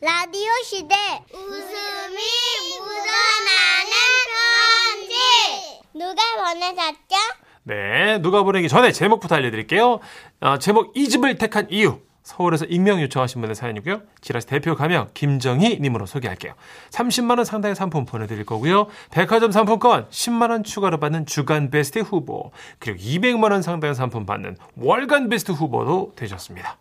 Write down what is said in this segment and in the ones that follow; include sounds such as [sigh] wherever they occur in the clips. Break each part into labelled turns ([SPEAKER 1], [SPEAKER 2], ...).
[SPEAKER 1] 라디오 시대 웃음이 묻어나는 편지 누가 보내셨죠?
[SPEAKER 2] 네, 누가 보내기 전에 제목부터 알려드릴게요. 아, 제목 이집을 택한 이유. 서울에서 익명 요청하신 분의 사연이고요. 지라시 대표 가명 김정희님으로 소개할게요. 30만원 상당의 상품 보내드릴 거고요. 백화점 상품권 10만원 추가로 받는 주간 베스트 후보, 그리고 200만원 상당의 상품 받는 월간 베스트 후보도 되셨습니다.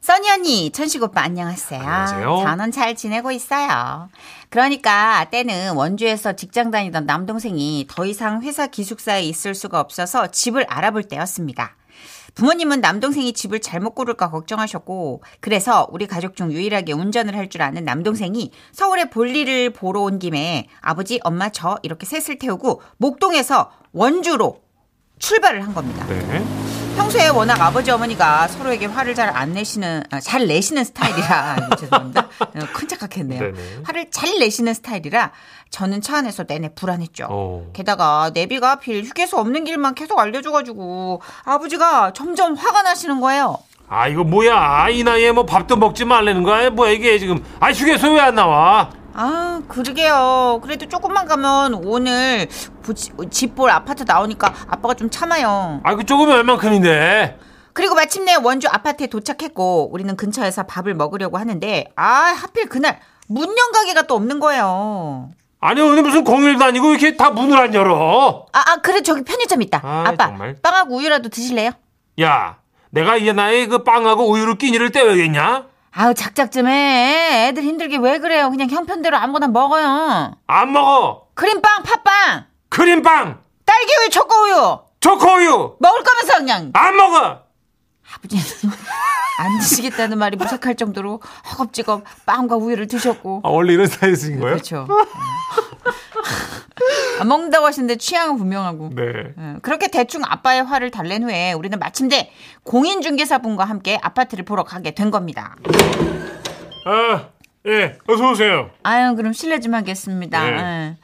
[SPEAKER 3] 써니 언니, 천식 오빠 안녕하세요.
[SPEAKER 2] 안녕하세요.
[SPEAKER 3] 저는 잘 지내고 있어요. 그러니까 때는 원주에서 직장 다니던 남동생이 더 이상 회사 기숙사에 있을 수가 없어서 집을 알아볼 때였습니다. 부모님은 남동생이 집을 잘못 고를까 걱정하셨고 그래서 우리 가족 중 유일하게 운전을 할 줄 아는 남동생이 서울에 볼일을 보러 온 김에 아버지, 엄마, 저 이렇게 셋을 태우고 목동에서 원주로 출발을 한 겁니다.
[SPEAKER 2] 네.
[SPEAKER 3] 평소에 워낙 아버지 어머니가 서로에게 화를 잘 안 내시는 아, 잘 내시는 [laughs] 스타일이라 아이고, 죄송합니다. 어, 큰 착각했네요.
[SPEAKER 2] 네네.
[SPEAKER 3] 화를 잘 내시는 스타일이라 저는 차 안에서 내내 불안했죠.
[SPEAKER 2] 어.
[SPEAKER 3] 게다가 내비가 하필 휴게소 없는 길만 계속 알려줘가지고 아버지가 점점 화가 나시는 거예요.
[SPEAKER 2] 아, 이거 뭐야. 이 나이에 뭐 밥도 먹지 말라는 거야. 뭐야, 이게 지금. 아, 휴게소 왜 안 나와?
[SPEAKER 3] 아, 그러게요. 그래도 조금만 가면 오늘 집볼 아파트 나오니까 아빠가 좀 참아요.
[SPEAKER 2] 아, 그 조금이 얼만큼인데.
[SPEAKER 3] 그리고 마침내 원주 아파트에 도착했고 우리는 근처에서 밥을 먹으려고 하는데 아 하필 그날 문연 가게가 또 없는 거예요.
[SPEAKER 2] 아니 오늘 무슨 공휴일도 아니고 왜 이렇게 다 문을 안 열어?
[SPEAKER 3] 아, 아 그래 저기 편의점 있다.
[SPEAKER 2] 아이,
[SPEAKER 3] 아빠
[SPEAKER 2] 정말.
[SPEAKER 3] 빵하고 우유라도 드실래요?
[SPEAKER 2] 야, 내가 이 나이 그 빵하고 우유를 끼니를 때려야겠냐?
[SPEAKER 3] 아우 작작 좀 해. 애들 힘들게 왜 그래요? 그냥 형편대로 아무거나 먹어요.
[SPEAKER 2] 안 먹어.
[SPEAKER 3] 크림빵, 팥빵,
[SPEAKER 2] 크림빵,
[SPEAKER 3] 딸기우유, 초코우유
[SPEAKER 2] 초코우유
[SPEAKER 3] 먹을 거면서 그냥
[SPEAKER 2] 안 먹어.
[SPEAKER 3] 아버지는 [laughs] 안 드시겠다는 말이 무색할 정도로 허겁지겁 빵과 우유를 드셨고
[SPEAKER 2] 아, 원래 이런 스타일인 거예요?
[SPEAKER 3] 그렇죠. 예. 안 먹는다고 하시는데 취향은 분명하고.
[SPEAKER 2] 네.
[SPEAKER 3] 음, 그렇게 대충 아빠의 화를 달랜 후에 우리는 마침내 공인중개사분과 함께 아파트를 보러 가게 된 겁니다.
[SPEAKER 2] 아, 예, 어서 오세요.
[SPEAKER 3] 아유, 그럼 실례 좀 하겠습니다.
[SPEAKER 2] 네.
[SPEAKER 3] 예.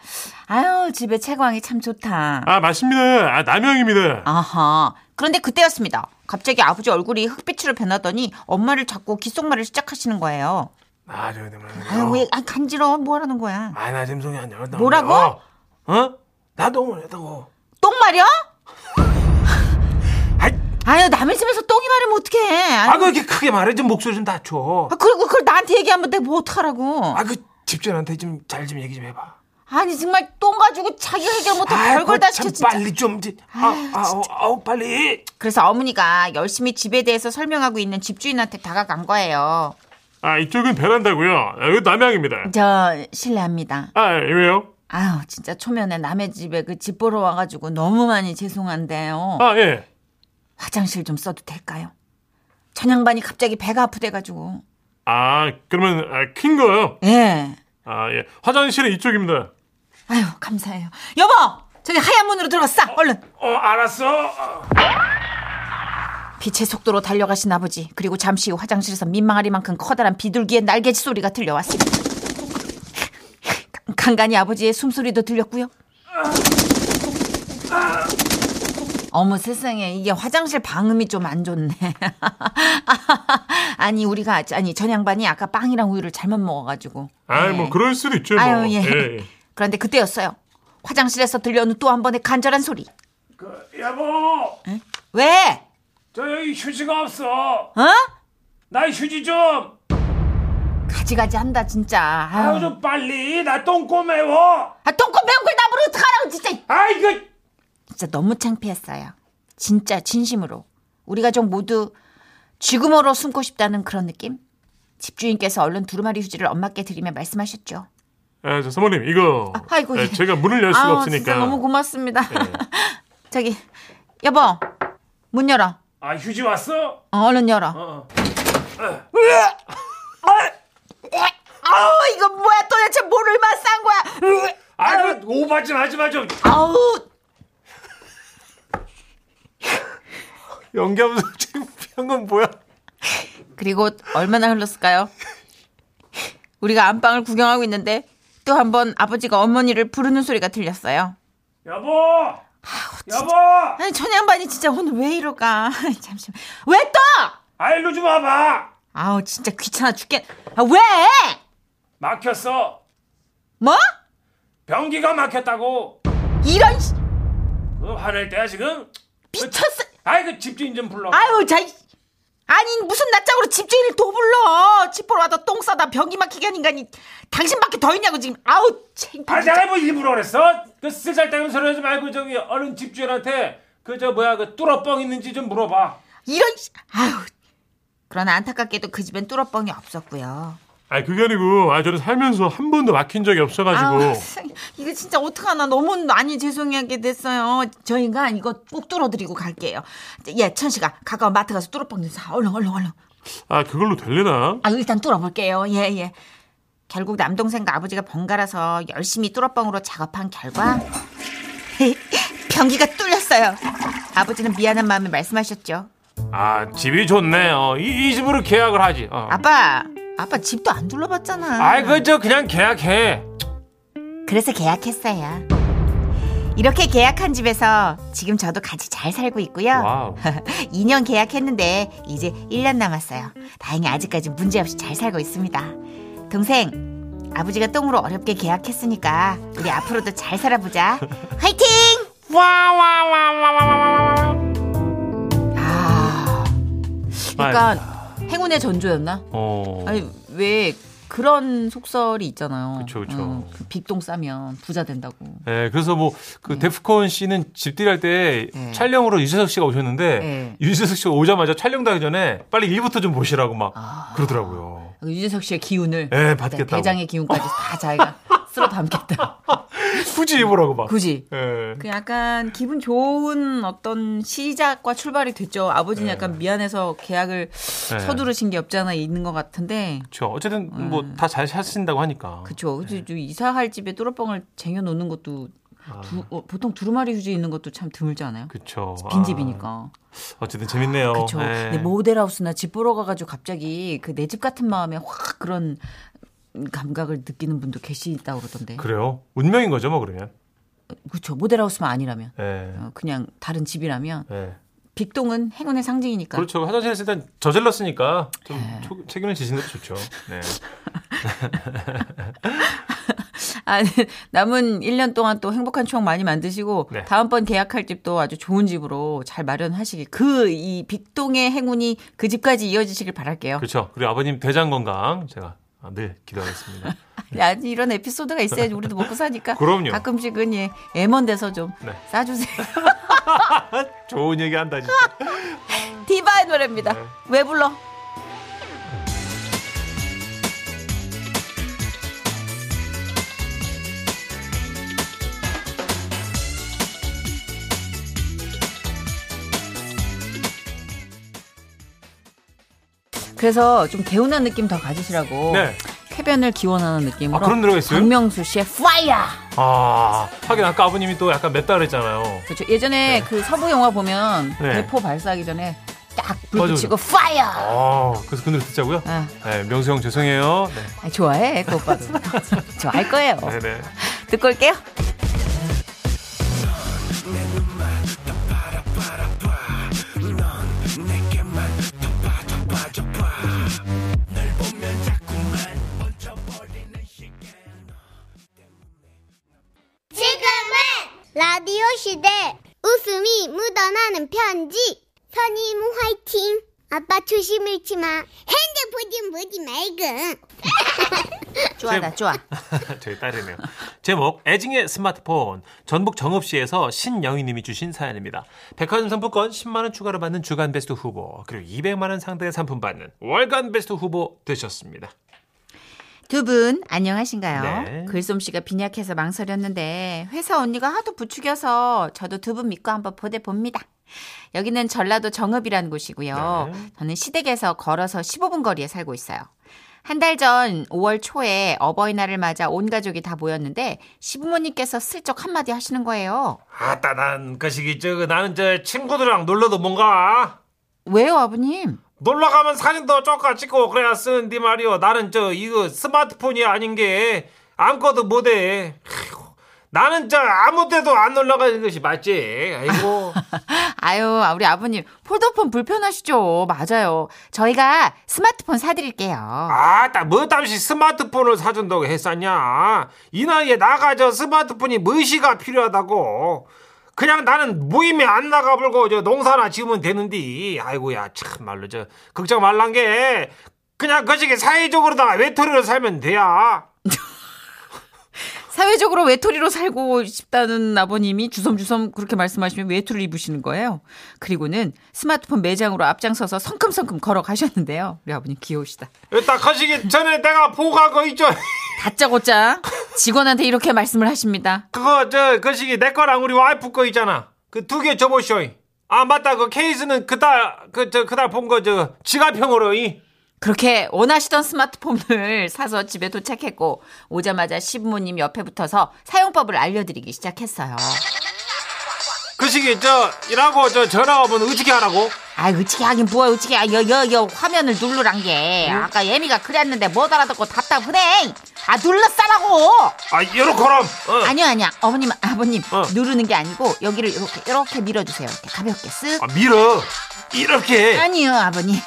[SPEAKER 3] 아유, 집에 채광이 참 좋다.
[SPEAKER 2] 아, 맞습니다. 아, 남영입니다.
[SPEAKER 3] 아하. 그런데 그때였습니다. 갑자기 아버지 얼굴이 흑빛으로 변하더니 엄마를 자꾸 귓속말을 시작하시는 거예요.
[SPEAKER 2] 아, 저 때문에.
[SPEAKER 3] 아유, 왜, 아, 간지러워. 뭐라는 거야.
[SPEAKER 2] 아, 나 지금 속이 안 열었다.
[SPEAKER 3] 뭐라고?
[SPEAKER 2] 어? 나도 오늘 했다고.
[SPEAKER 3] 똥말이야?
[SPEAKER 2] 아이,
[SPEAKER 3] 아유, 남의 집에서 똥이 말하면 어떡해. 아유,
[SPEAKER 2] 아, 그 이렇게 크게 말해. 좀 목소리 좀 낮춰.
[SPEAKER 3] 아, 그리고 그걸 나한테 얘기하면 내가 뭐 어떡하라고.
[SPEAKER 2] 아, 그 집주인한테 좀 잘 좀 얘기 좀 해봐.
[SPEAKER 3] 아니 정말 똥 가지고 자기가 해결 못하고
[SPEAKER 2] 아이,
[SPEAKER 3] 별걸 다
[SPEAKER 2] 참
[SPEAKER 3] 시켜 진짜.
[SPEAKER 2] 빨리 좀 지- 아, 아, 아, 아, 빨리.
[SPEAKER 3] 그래서 어머니가 열심히 집에 대해서 설명하고 있는 집주인한테 다가간 거예요.
[SPEAKER 2] 아 이쪽은 베란다고요. 아, 여기 남양입니다.
[SPEAKER 3] 저 실례합니다.
[SPEAKER 2] 아 왜요?
[SPEAKER 3] 아유 진짜 초면에 남의 집에 그 집 보러 와가지고 너무 많이 죄송한데요.
[SPEAKER 2] 아 예.
[SPEAKER 3] 화장실 좀 써도 될까요? 전양반이 갑자기 배가 아프대가지고.
[SPEAKER 2] 아 그러면 아, 큰 거요.
[SPEAKER 3] 예.
[SPEAKER 2] 아 예. 화장실은 이쪽입니다.
[SPEAKER 3] 아유 감사해요. 여보 저기 하얀 문으로 들어가 싸 얼른.
[SPEAKER 2] 어 알았어.
[SPEAKER 3] 빛의 속도로 달려가신 아버지 그리고 잠시 후 화장실에서 민망하리만큼 커다란 비둘기의 날개짓 소리가 들려왔습니다. 간간히 아버지의 숨소리도 들렸고요. 어머 세상에 이게 화장실 방음이 좀 안 좋네. [laughs] 아니 우리가 아니 전양반이 아까 빵이랑 우유를 잘못 먹어가지고.
[SPEAKER 2] 아뭐
[SPEAKER 3] 예.
[SPEAKER 2] 그럴 수도 있죠. 뭐.
[SPEAKER 3] 아유 예.
[SPEAKER 2] 예.
[SPEAKER 3] 그런데 그때였어요. 화장실에서 들려오는 또 한 번의 간절한 소리.
[SPEAKER 2] 그, 여보,
[SPEAKER 3] 왜?
[SPEAKER 2] 저 여기 휴지가 없어.
[SPEAKER 3] 어?
[SPEAKER 2] 나 휴지 좀.
[SPEAKER 3] 가지가지 한다 진짜. 아유.
[SPEAKER 2] 아유 좀 빨리. 나 똥꼬 매워.
[SPEAKER 3] 아, 똥꼬 매운 걸 나보러 어떡하라고, 진짜.
[SPEAKER 2] 아 이거.
[SPEAKER 3] 진짜 너무 창피했어요. 진짜, 진심으로. 우리 가족 모두 쥐구멍으로 숨고 싶다는 그런 느낌? 집주인께서 얼른 두루마리 휴지를 엄마께 드리며 말씀하셨죠.
[SPEAKER 2] 아, 저 사모님 이거.
[SPEAKER 3] 아, 아이고, 예.
[SPEAKER 2] 네, 제가 네. 문을 열
[SPEAKER 3] 아우, 진짜 너무 고맙습니다. [laughs] 저기, 여보, 문 열어.
[SPEAKER 2] 아 휴지 왔어?
[SPEAKER 3] 어, 얼른 열어.
[SPEAKER 2] 어.
[SPEAKER 3] 아우, 이거 뭐야? 도대체 뭐를 맛싼 거야?
[SPEAKER 2] 아이고 오바 좀 하지 마 좀.
[SPEAKER 3] 아우,
[SPEAKER 2] 연기하면서 [laughs] 지금 한건 뭐야?
[SPEAKER 3] 그리고 얼마나 흘렀을까요? 우리가 안방을 구경하고 있는데 또 한 번 아버지가 어머니를 부르는 소리가 들렸어요.
[SPEAKER 2] 여보! 여보!
[SPEAKER 3] 아니, 천양반이 진짜 오늘 왜 이럴까? 잠시만. 왜 또?
[SPEAKER 2] 아, 일로 좀 와봐!
[SPEAKER 3] 아우 진짜 귀찮아 죽겠. 아 왜?
[SPEAKER 2] 막혔어.
[SPEAKER 3] 뭐?
[SPEAKER 2] 변기가 막혔다고.
[SPEAKER 3] 이런 씨-
[SPEAKER 2] 그 화낼 때야 지금.
[SPEAKER 3] 미쳤어.
[SPEAKER 2] 아이 그 집주인 좀 불러.
[SPEAKER 3] 아유 자. 이- 아니 무슨 낯짝으로 집주인을 도불러 집보러 와서 똥 싸다 변기 막히게 한 인간이 당신밖에 더 있냐고 지금 아우
[SPEAKER 2] 아,
[SPEAKER 3] 창피해
[SPEAKER 2] 내가 뭐 일부러 그랬어? 그 쓸잘데없는 소리 하지 말고 저기 어른 집주인한테 그 저 뭐야 그 뚫어뻥 있는지 좀 물어봐.
[SPEAKER 3] 이런 씨- 아유 그러나 안타깝게도 그 집엔 뚫어뻥이 없었고요
[SPEAKER 2] 아 그게 아니고 아 저는 살면서 한 번도 막힌 적이
[SPEAKER 3] 아우,
[SPEAKER 2] 없어가지고
[SPEAKER 3] 세상에. 이거 진짜 어떡하나 너무 많이 죄송하게 됐어요 저 인간 이거 꼭 뚫어드리고 갈게요 예 천식아 가까운 마트 가서 뚫어뻥 좀 사 얼른 얼른 얼른
[SPEAKER 2] 아 그걸로 될래나?
[SPEAKER 3] 아 일단 뚫어볼게요 예예 결국 남동생과 아버지가 번갈아서 열심히 뚫어뻥으로 작업한 결과 [laughs] 변기가 뚫렸어요 아버지는 미안한 마음에 말씀하셨죠
[SPEAKER 2] 아 집이 좋네요. 이, 이 집으로 계약을 하지. 어.
[SPEAKER 3] 아빠 아빠 집도 안 둘러봤잖아
[SPEAKER 2] 아이 그저 그냥 계약해.
[SPEAKER 3] 그래서 계약했어요. 이렇게 계약한 집에서 지금 저도 같이 잘 살고 있고요. [laughs]
[SPEAKER 2] 와우.
[SPEAKER 3] 2년 계약했는데 이제 1년 남았어요. 다행히 아직까지 문제없이 잘 살고 있습니다. 동생, 아버지가 똥으로 어렵게 계약했으니까 우리 앞으로도
[SPEAKER 2] [laughs]
[SPEAKER 3] 잘 살아보자. 화이팅! 아, 그러니까 행운의 전조였나?
[SPEAKER 2] 어.
[SPEAKER 3] 아니 왜 그런 속설이 있잖아요.
[SPEAKER 2] 그쵸, 그쵸.
[SPEAKER 3] 어, 그 빅똥 싸면 부자 된다고.
[SPEAKER 2] 네, 그래서 뭐 그 데프콘 씨는 집들이 할 때
[SPEAKER 3] 네.
[SPEAKER 2] 촬영으로 유재석 씨가 오셨는데
[SPEAKER 3] 네.
[SPEAKER 2] 유재석 씨가 오자마자 촬영하기 전에 빨리 일부터 좀 보시라고 막
[SPEAKER 3] 아.
[SPEAKER 2] 그러더라고요.
[SPEAKER 3] 유재석 씨의 기운을
[SPEAKER 2] 예, 받겠다고.
[SPEAKER 3] 대장의 기운까지 다 자기가 [laughs] 쓸어 담겠다.
[SPEAKER 2] 굳이 입으라고 막.
[SPEAKER 3] 굳이.
[SPEAKER 2] 예.
[SPEAKER 3] 그 약간 기분 좋은 어떤 시작과 출발이 됐죠. 아버지는
[SPEAKER 2] 네.
[SPEAKER 3] 약간 미안해서 계약을 서두르신 게 없지 않아 있는 것 같은데.
[SPEAKER 2] 예. 그렇죠. 어쨌든 뭐 다 잘 사신다고 하니까.
[SPEAKER 3] 그쵸. 그래서 좀 이사할 집에 뚜러뻥을 쟁여놓는 것도
[SPEAKER 2] 아,
[SPEAKER 3] 두- 어, 보통 두루마리 휴지 있는 것도 참 드물지 않아요?
[SPEAKER 2] 그쵸.
[SPEAKER 3] 빈집이니까.
[SPEAKER 2] 아, 어쨌든 재밌네요.
[SPEAKER 3] 그렇죠.
[SPEAKER 2] 예.
[SPEAKER 3] 근데 모델하우스나 집 보러 가가지고 갑자기 그 내 집 같은 마음에 확 그런 감각을 느끼는 분도 계시다고 그러던데.
[SPEAKER 2] 그래요. 운명인 거죠, 뭐 그러면.
[SPEAKER 3] 그렇죠. 모델하우스만 아니라면
[SPEAKER 2] 예.
[SPEAKER 3] 어, 그냥 다른 집이라면
[SPEAKER 2] 예.
[SPEAKER 3] 빅동은 행운의 상징이니까. 예.
[SPEAKER 2] 그렇죠. 화장실에서 일단 저질렀으니까 좀 초- 책임을 지시는 것도 좋죠. 네.
[SPEAKER 3] 아, 네. [laughs] 남은 1년 동안 또 행복한 추억 많이 만드시고
[SPEAKER 2] 네.
[SPEAKER 3] 다음번 계약할 집도 아주 좋은 집으로 잘 마련하시길 그 이 빅동의 행운이 그 집까지 이어지시길 바랄게요.
[SPEAKER 2] 그렇죠. 그리고 아버님 대장 건강 제가 늘 기도하겠습니다.
[SPEAKER 3] 아니 이런 에피소드가 있어야지 우리도 먹고 사니까
[SPEAKER 2] 그렇죠. [laughs] 그럼요.
[SPEAKER 3] 가끔씩은 예, 애먼 데서 좀
[SPEAKER 2] 네.
[SPEAKER 3] 싸주세요.
[SPEAKER 2] 좋은 얘기 한다 진짜.
[SPEAKER 3] 디바의 노래입니다.
[SPEAKER 2] 네.
[SPEAKER 3] 왜 불러? 그래서 좀 개운한 느낌 더 가지시라고
[SPEAKER 2] 네.
[SPEAKER 3] 쾌변을 기원하는 느낌으로
[SPEAKER 2] 아, 그런 노래가 있어요?
[SPEAKER 3] 박명수 씨의 파이어
[SPEAKER 2] 아 하긴 아까 아버님이 또 약간 맵다 그랬잖아요.
[SPEAKER 3] 그렇죠. 예전에 그 서부 영화 보면
[SPEAKER 2] 네.
[SPEAKER 3] 대포 발사하기 전에 딱
[SPEAKER 2] 맞아,
[SPEAKER 3] 불
[SPEAKER 2] 맞아.
[SPEAKER 3] 붙이고 파이어
[SPEAKER 2] 아 그래서 그 노래 듣자고요?
[SPEAKER 3] 아.
[SPEAKER 2] 네, 명수 형 죄송해요. 네.
[SPEAKER 3] 아, 좋아해, 그 오빠도.
[SPEAKER 2] [laughs]
[SPEAKER 3] 좋아할 거예요.
[SPEAKER 2] 네네. [laughs]
[SPEAKER 3] 듣고 올게요.
[SPEAKER 1] 지금은 라디오 시대 웃음이 묻어나는 편지 선임 화이팅 아빠 조심 잃지 마 핸드폰 좀 보지 말고
[SPEAKER 3] 좋아, 나 좋아.
[SPEAKER 2] 저희 딸이네요. 제목 애증의 스마트폰 전북 정읍시에서 신영희님이 주신 사연입니다. 백화점 상품권 10만 원 추가로 받는 주간 베스트 후보 그리고 200만 원 상당의 상품 받는 월간 베스트 후보 되셨습니다.
[SPEAKER 3] 두 분 안녕하신가요?
[SPEAKER 2] 네.
[SPEAKER 3] 글솜씨가 빈약해서 망설였는데 회사 언니가 하도 부추겨서 저도 두 분 믿고 한번 보내 봅니다. 여기는 전라도 정읍이라는 곳이고요.
[SPEAKER 2] 네.
[SPEAKER 3] 저는 시댁에서 걸어서 15분 거리에 살고 있어요. 한 달 전 5월 초에 어버이날을 맞아 온 가족이 다 모였는데 시부모님께서 슬쩍 한마디 하시는 거예요.
[SPEAKER 2] 아따 난그 거시기 저거 나는 저 친구들이랑 놀러도 뭔가
[SPEAKER 3] 왜요, 아버님?
[SPEAKER 2] 놀러 가면 사진도 쪼까 찍고 그래야 쓰는데 말이요. 나는 저 이거 스마트폰이 아닌 게 아무것도 못해. 아이고, 나는 저 아무 데도 안 올라가는 것이 맞지. 아이고.
[SPEAKER 3] [laughs] 아유, 우리 아버님, 폴더폰 불편하시죠? 맞아요. 저희가 스마트폰 사드릴게요.
[SPEAKER 2] 아따 뭐땀시 스마트폰을 사준다고 했었냐 이 나이에 나가 저 스마트폰이 무시가 필요하다고 그냥 나는 모임에 안 나가불고 저 농사나 지으면 되는데 아이고야 참말로 저 걱정 말란 게 그냥 거시기 사회적으로 다 외톨이로 살면 돼야
[SPEAKER 3] 사회적으로 외톨이로 살고 싶다는 아버님이 주섬주섬 그렇게 말씀하시면 외투를 입으시는 거예요. 그리고는 스마트폰 매장으로 앞장서서 성큼성큼 걸어가셨는데요. 우리 아버님 귀여우시다.
[SPEAKER 2] 일단 거시기 전에 내가 보고한 거 있죠 [laughs]
[SPEAKER 3] 다짜고짜 직원한테 이렇게 말씀을 하십니다.
[SPEAKER 2] 그거 저 거시기 내 거랑 우리 와이프 거 있잖아 그 두 개 줘보쇼 아 맞다 그 케이스는 그달 그 저 그달 본 거 저 지갑형으로 이
[SPEAKER 3] 그렇게 원하시던 스마트폰을 사서 집에 도착했고 오자마자 시부모님 옆에 붙어서 사용법을 알려드리기 시작했어요.
[SPEAKER 2] 그 시기 저 일하고 저 전화 오면 어떻게 하라고?
[SPEAKER 3] 아, 어찌게 하긴 뭐야, 어찌게 아, 여여여 화면을 누르란 게 아까 예미가 그랬는데 못 알아듣고 답답하네. 아 눌러 싸라고.
[SPEAKER 2] 아 요렇게럼 어.
[SPEAKER 3] 아니요 아니야 어머님 아버님
[SPEAKER 2] 어.
[SPEAKER 3] 누르는 게 아니고 여기를 이렇게 이렇게 밀어주세요. 이렇게 가볍게 쓱.
[SPEAKER 2] 아 네. 밀어 이렇게
[SPEAKER 3] 아니요 아버님 [laughs]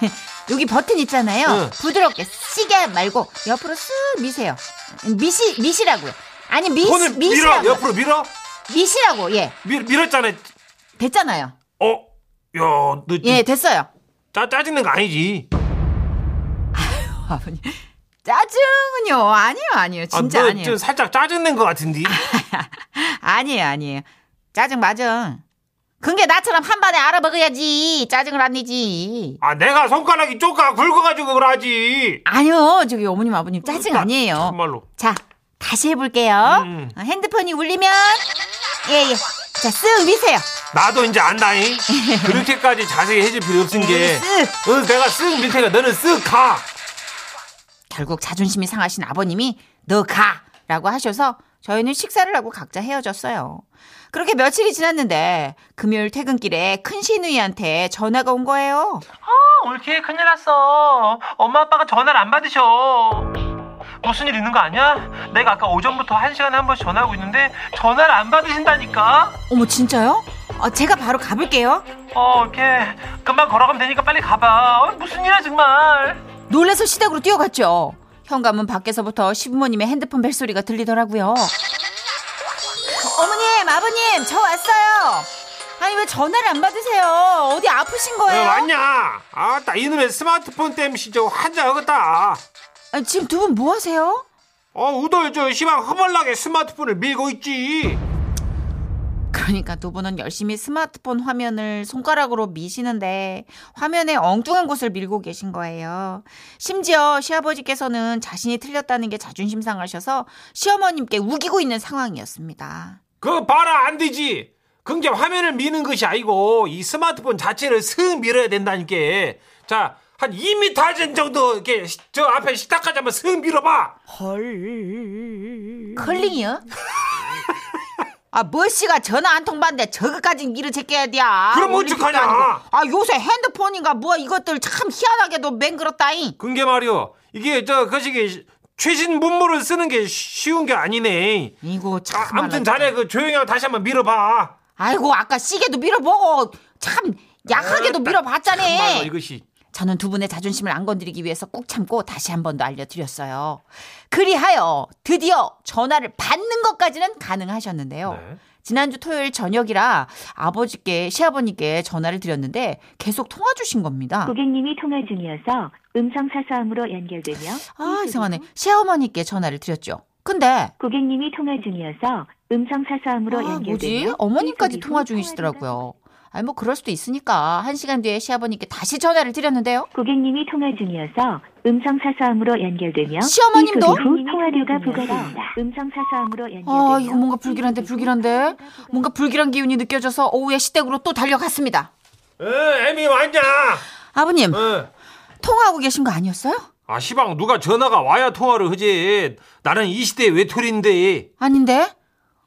[SPEAKER 3] 여기 버튼 있잖아요.
[SPEAKER 2] 응.
[SPEAKER 3] 부드럽게 쓰게 말고 옆으로 쓱 미세요. 미시 미시라고요. 아니 미
[SPEAKER 2] 손을 밀어
[SPEAKER 3] 미시라고
[SPEAKER 2] 옆으로 밀어
[SPEAKER 3] 미시라고 예
[SPEAKER 2] 밀 밀었잖아.
[SPEAKER 3] 됐잖아요.
[SPEAKER 2] 어야너
[SPEAKER 3] 예 됐어요. [laughs]
[SPEAKER 2] 짜 짜증낸 거 아니지?
[SPEAKER 3] 아버님 짜증은요 아니요 아니요 진짜
[SPEAKER 2] 아, 너
[SPEAKER 3] 아니에요.
[SPEAKER 2] 좀 살짝 짜증낸 거 같은데.
[SPEAKER 3] [laughs] 아니에요, 아니에요. 짜증 맞아. 그게 나처럼 한 번에 알아먹어야지. 짜증을 안 내지.
[SPEAKER 2] 아 내가 손가락이 쪼까 굵어가지고 그러지.
[SPEAKER 3] 아니요, 저기 어머님, 아버님,
[SPEAKER 2] 음,
[SPEAKER 3] 짜증 아니에요.
[SPEAKER 2] 정말로.
[SPEAKER 3] 자, 다시 해볼게요.
[SPEAKER 2] 음.
[SPEAKER 3] 어, 핸드폰이 울리면, 예, 예. 자, 쓱 미세요.
[SPEAKER 2] 나도 이제
[SPEAKER 3] [laughs]
[SPEAKER 2] 안다잉. 그렇게까지 자세히 해줄 필요 없은 게.
[SPEAKER 3] 쓱.
[SPEAKER 2] 어, 내가 쓱 밑에가 너는 쓱 가.
[SPEAKER 3] 결국 자존심이 상하신 아버님이, 너 가! 라고 하셔서 저희는 식사를 하고 각자 헤어졌어요. 그렇게 며칠이 지났는데, 금요일 퇴근길에 큰 시누이한테 전화가 온 거예요.
[SPEAKER 4] 올케 어, 큰일 났어. 엄마 아빠가 전화를 안 받으셔. 무슨 일 있는 거 아니야? 내가 아까 오전부터 한 시간에 한 번씩 전화하고 있는데 전화를 안 받으신다니까.
[SPEAKER 3] 어머, 진짜요? 어, 제가 바로 가볼게요.
[SPEAKER 4] 어, 올케 금방 걸어가면 되니까 빨리 가봐. 어, 무슨 일이야 정말.
[SPEAKER 3] 놀라서 시댁으로 뛰어갔죠. 현관문 밖에서부터 시부모님의 핸드폰 벨소리가 들리더라고요. 어머님, 아버님, 저 왔어요. 아니 왜 전화를 안 받으세요? 어디 아프신
[SPEAKER 2] 어,
[SPEAKER 3] 거예요?
[SPEAKER 2] 왔냐? 아따 이놈의 스마트폰 때문에 진짜 환장하겠다.
[SPEAKER 3] 아니, 지금 두 분 뭐 하세요?
[SPEAKER 2] 어, 우돌 저 시방 허벌나게 스마트폰을 밀고 있지.
[SPEAKER 3] 그러니까 두 분은 열심히 스마트폰 화면을 손가락으로 미시는데 화면에 엉뚱한 곳을 밀고 계신 거예요. 심지어 시아버지께서는 자신이 틀렸다는 게 자존심 상하셔서 시어머님께 우기고 있는 상황이었습니다.
[SPEAKER 2] 그거 봐라 안 되지. 그게 화면을 미는 것이 아니고 이 스마트폰 자체를 슥 밀어야 된다니까. 자, 한 2m 정도 이렇게 시- 저 앞에 식탁까지 한번 슥 밀어봐.
[SPEAKER 3] 컬링이요? 아, 머씨가 전화 한 통 받는데 저거까지 일을 제껴야 돼.
[SPEAKER 2] 그럼
[SPEAKER 3] 우리 집도
[SPEAKER 2] 어떡하냐?
[SPEAKER 3] 아니고. 아, 요새 핸드폰인가 뭐 이것들 참 희한하게도 맹그렇다잉.
[SPEAKER 2] 그게 말이요. 이게 저그 거시기 시- 최신 문물을 쓰는 게 쉬운 게 아니네.
[SPEAKER 3] 이거 참.
[SPEAKER 2] 아, 아무튼
[SPEAKER 3] 말라.
[SPEAKER 2] 자네 그 조용히 하고 다시 한번 밀어봐.
[SPEAKER 3] 아이고, 아까 시계도 밀어보고 참 약하게도
[SPEAKER 2] 정말로
[SPEAKER 3] 밀어봤잖아.
[SPEAKER 2] 아, 이것이.
[SPEAKER 3] 저는 두 분의 자존심을 안 건드리기 위해서 꾹 참고 다시 한 번 더 알려드렸어요. 그리하여 드디어 전화를 받는 것까지는 가능하셨는데요.
[SPEAKER 2] 네.
[SPEAKER 3] 지난주 토요일 저녁이라 아버지께 시아버님께 전화를 드렸는데 계속 통화 주신 겁니다.
[SPEAKER 5] 고객님이 통화 중이어서 음성 사서함으로 연결되며
[SPEAKER 3] 아 이상하네. 시어머니께 전화를 드렸죠. 근데
[SPEAKER 5] 고객님이 통화 중이어서 음성 사서함으로
[SPEAKER 3] 아, 뭐지?
[SPEAKER 5] 연결되며
[SPEAKER 3] 어머님까지
[SPEAKER 5] 삐소리로
[SPEAKER 3] 통화 중이시더라고요. 아니 뭐 그럴 수도 있으니까 한 시간 뒤에 시아버님께 다시 전화를 드렸는데요.
[SPEAKER 5] 고객님이 통화 중이어서 음성 사서함으로 연결되며
[SPEAKER 3] 시어머님도?
[SPEAKER 5] 삐소리 후 통화료가 부과됩니다. 음성 사서함으로 연결되며
[SPEAKER 3] 아 이거 뭔가 불길한데 불길한데 뭔가 불길한 기운이 느껴져서 오후에 시댁으로 또 달려갔습니다.
[SPEAKER 2] 어, 애미 왔냐?
[SPEAKER 3] 아버님
[SPEAKER 2] 어.
[SPEAKER 3] 통화하고 계신 거 아니었어요?
[SPEAKER 2] 아, 시방, 누가 전화가 와야 통화를 하지. 나는 이 시대의 외톨인데.
[SPEAKER 3] 아닌데?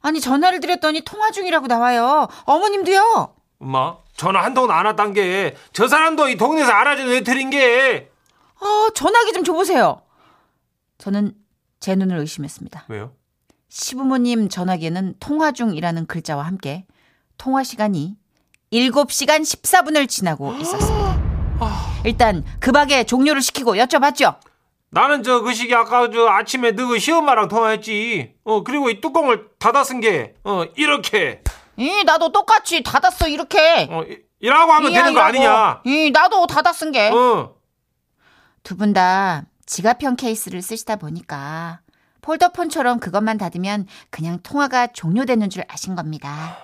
[SPEAKER 3] 아니 전화를 드렸더니 통화 중이라고 나와요. 어머님도요.
[SPEAKER 2] 엄마, 전화 한 통도 안 왔단 게, 저 사람도 이 동네에서 알아준 외톨인 게.
[SPEAKER 3] 어, 아, 전화기 좀 줘보세요. 저는 제 눈을 의심했습니다.
[SPEAKER 2] 왜요?
[SPEAKER 3] 시부모님 전화기에는 통화 중이라는 글자와 함께 통화 시간이 7시간 14분을 지나고 있었습니다. 일단 급하게 종료를 시키고 여쭤봤죠.
[SPEAKER 2] 나는 저 그 시기 아까 저 아침에 너그 시엄마랑 통화했지. 어 그리고 이 뚜껑을 닫아 쓴게어 이렇게
[SPEAKER 3] 이 나도 똑같이 닫았어 이렇게.
[SPEAKER 2] 어 이- 이라고 하면
[SPEAKER 3] 이야,
[SPEAKER 2] 되는 거
[SPEAKER 3] 이라고.
[SPEAKER 2] 아니냐?
[SPEAKER 3] 이 나도 닫았은 게.
[SPEAKER 2] 어
[SPEAKER 3] 두 분 다 지갑형 케이스를 쓰시다 보니까 폴더폰처럼 그것만 닫으면 그냥 통화가 종료되는 줄 아신 겁니다.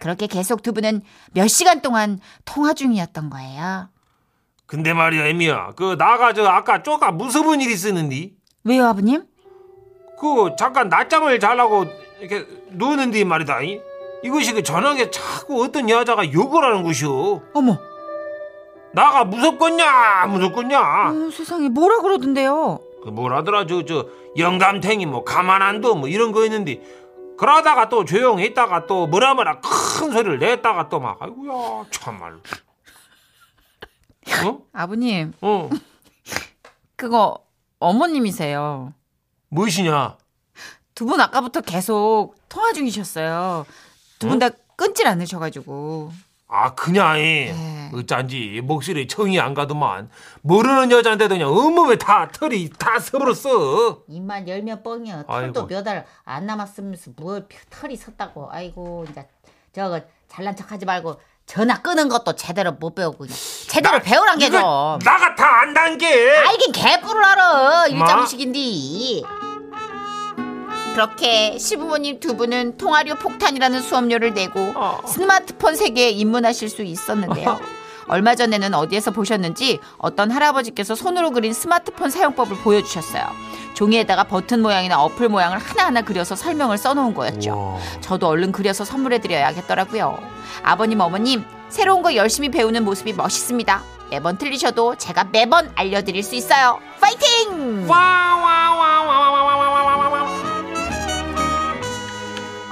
[SPEAKER 3] 그렇게 계속 두 분은 몇 시간 동안 통화 중이었던 거예요.
[SPEAKER 2] 근데 말이야 애미야 그 나가 저 아까 쪼까 무서운 일이 있었는디.
[SPEAKER 3] 왜요, 아버님?
[SPEAKER 2] 그 잠깐 낮잠을 자려고 이렇게 누는디 말이다. 이. 이것이 그 저녁에 자꾸 어떤 여자가 욕을 하는 것이오.
[SPEAKER 3] 어머,
[SPEAKER 2] 나가 무섭겠냐 무섭겠냐.
[SPEAKER 3] 어, 세상에 뭐라 그러던데요?
[SPEAKER 2] 그 뭐라더라 저 저 영감탱이 뭐 가만 안둬 뭐 이런 거 있는데 그러다가 또 조용히 있다가 또 뭐라 뭐라 큰 소리를 냈다가 또 막 아이고야 참말로 어?
[SPEAKER 3] 아버님,
[SPEAKER 2] 어?
[SPEAKER 3] 그거 어머님이세요.
[SPEAKER 2] 무엇이냐
[SPEAKER 3] 두 분 아까부터 계속 통화 중이셨어요. 두 분 다 끊질 않으셔가지고.
[SPEAKER 2] 아 그냥 이
[SPEAKER 3] 네.
[SPEAKER 2] 어쩐지 목소리 정이 안 가더만 모르는 여자인데도 그냥 온몸에 다 털이 다 서버렸어
[SPEAKER 6] 입만 열면 뻥이야.
[SPEAKER 2] 아이고.
[SPEAKER 6] 털도 몇 알 안 남았으면서 뭘 털이 섰다고. 아이고 이제
[SPEAKER 3] 어,
[SPEAKER 6] 저거 잘난 척하지 말고 전화 끄는 것도 제대로 못 배우고 그냥 제대로 배우란 게 좀.
[SPEAKER 2] 이거 나 같아 안단 게
[SPEAKER 6] 알긴 개뿔을 알아.
[SPEAKER 2] 엄마.
[SPEAKER 6] 일자무식인디.
[SPEAKER 3] 그렇게 시부모님 두 분은 통화료 폭탄이라는 수업료를 내고
[SPEAKER 2] 어.
[SPEAKER 3] 스마트폰 세계에 입문하실 수 있었는데요. 얼마 전에는 어디에서 보셨는지 어떤 할아버지께서 손으로 그린 스마트폰 사용법을 보여주셨어요. 종이에다가 버튼 모양이나 어플 모양을 하나하나 그려서 설명을 써놓은 거였죠.
[SPEAKER 2] 우와.
[SPEAKER 3] 저도 얼른 그려서 선물해드려야겠더라고요. 아버님, 어머님, 새로운 거 열심히 배우는 모습이 멋있습니다. 매번 틀리셔도 제가 매번 알려드릴 수 있어요. 파이팅!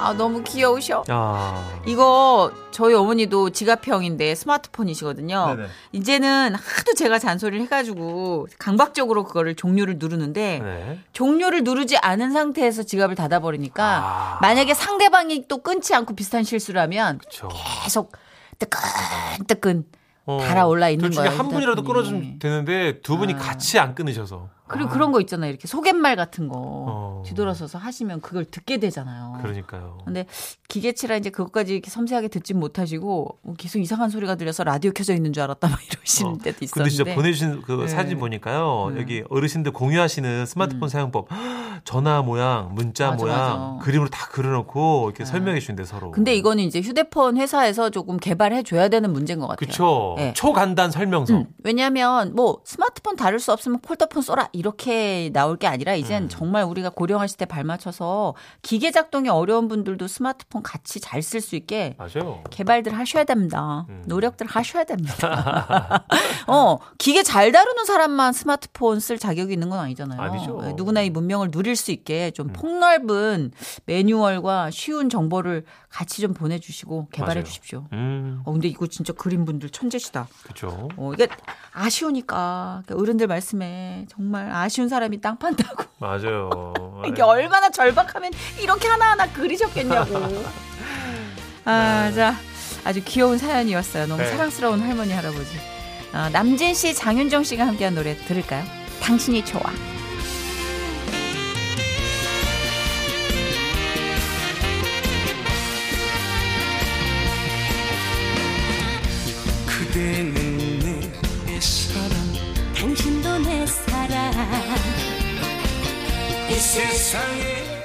[SPEAKER 3] 아, 너무 귀여우셔.
[SPEAKER 2] 아.
[SPEAKER 3] 이거 저희 어머니도 지갑형인데 스마트폰이시거든요.
[SPEAKER 2] 네네.
[SPEAKER 3] 이제는 하도 제가 잔소리를 해가지고 강박적으로 그거를 종료를 누르는데
[SPEAKER 2] 네.
[SPEAKER 3] 종료를 누르지 않은 상태에서 지갑을 닫아버리니까
[SPEAKER 2] 아.
[SPEAKER 3] 만약에 상대방이 또 끊지 않고 비슷한 실수를 하면
[SPEAKER 2] 그쵸.
[SPEAKER 3] 계속 뜨끈뜨끈
[SPEAKER 2] 어,
[SPEAKER 3] 달아올라 있는
[SPEAKER 2] 둘 중에
[SPEAKER 3] 거예요,
[SPEAKER 2] 한 분이라도
[SPEAKER 3] 휴대폰이.
[SPEAKER 2] 끊어주면 되는데 두
[SPEAKER 6] 아.
[SPEAKER 2] 분이 같이 안 끊으셔서.
[SPEAKER 3] 그리고
[SPEAKER 2] 아,
[SPEAKER 3] 그런 거 있잖아요. 이렇게 소갯말 같은 거
[SPEAKER 2] 어.
[SPEAKER 3] 뒤돌아서서 하시면 그걸 듣게 되잖아요.
[SPEAKER 2] 그러니까요.
[SPEAKER 3] 근데 기계치라 이제 그것까지 이렇게 섬세하게 듣진 못하시고 뭐 계속 이상한 소리가 들려서 라디오 켜져 있는 줄 알았다 막 이러시는
[SPEAKER 2] 어,
[SPEAKER 3] 때도 있었는데.
[SPEAKER 2] 근데 진짜 보내주신 그
[SPEAKER 3] 네.
[SPEAKER 2] 사진 보니까요.
[SPEAKER 3] 음.
[SPEAKER 2] 여기 어르신들 공유하시는 스마트폰 사용법. 전화 모양, 문자
[SPEAKER 3] 맞아,
[SPEAKER 2] 모양,
[SPEAKER 3] 맞아. 네.
[SPEAKER 2] 그림으로 다 그려놓고 이렇게 설명해 주는데 서로.
[SPEAKER 3] 근데 이거는 이제 휴대폰 회사에서 조금 개발해 줘야 되는 문제인 것 같아요.
[SPEAKER 2] 그쵸.
[SPEAKER 3] 네.
[SPEAKER 2] 초간단 설명서.
[SPEAKER 3] 음, 왜냐하면 뭐 스마트폰 다룰 수 없으면 폴더폰 써라 이렇게 나올 게 아니라
[SPEAKER 2] 음.
[SPEAKER 3] 이젠 정말 우리가 고령화 시대 발맞춰서 기계 작동이 어려운 분들도 스마트폰 같이 잘 쓸 수 있게
[SPEAKER 2] 맞아요.
[SPEAKER 3] 개발들 하셔야 됩니다.
[SPEAKER 2] 음.
[SPEAKER 3] 노력들
[SPEAKER 2] [laughs]
[SPEAKER 3] 하셔야 됩니다. [laughs] 어, 기계 잘 다루는 사람만 스마트폰 쓸 자격이 있는 건 아니잖아요.
[SPEAKER 2] 아니죠. 음.
[SPEAKER 3] 네, 누구나 이 문명을 누릴 수 있게 좀 폭넓은 매뉴얼과 쉬운 정보를 같이 좀 보내주시고 개발해
[SPEAKER 2] 맞아요.
[SPEAKER 3] 주십시오.
[SPEAKER 2] 음,
[SPEAKER 3] 어, 근데 이거 진짜 그림분들 천재시다.
[SPEAKER 2] 그쵸.
[SPEAKER 3] 어, 이게 아쉬우니까 그러니까 어른들 말씀에 정말 아쉬운 사람이 땅 판다고
[SPEAKER 2] 맞아요.
[SPEAKER 3] [laughs] 이게 얼마나 절박하면 이렇게 하나하나 그리셨겠냐고. 아, 자 아주 귀여운 사연이었어요. 너무
[SPEAKER 2] 네.
[SPEAKER 3] 사랑스러운 할머니 할아버지. 아, 남진 씨, 장윤정 씨가 함께한 노래 들을까요? 당신이 좋아.
[SPEAKER 7] 그대는 내 사랑
[SPEAKER 8] 당신도 내 사랑
[SPEAKER 7] 이 세상에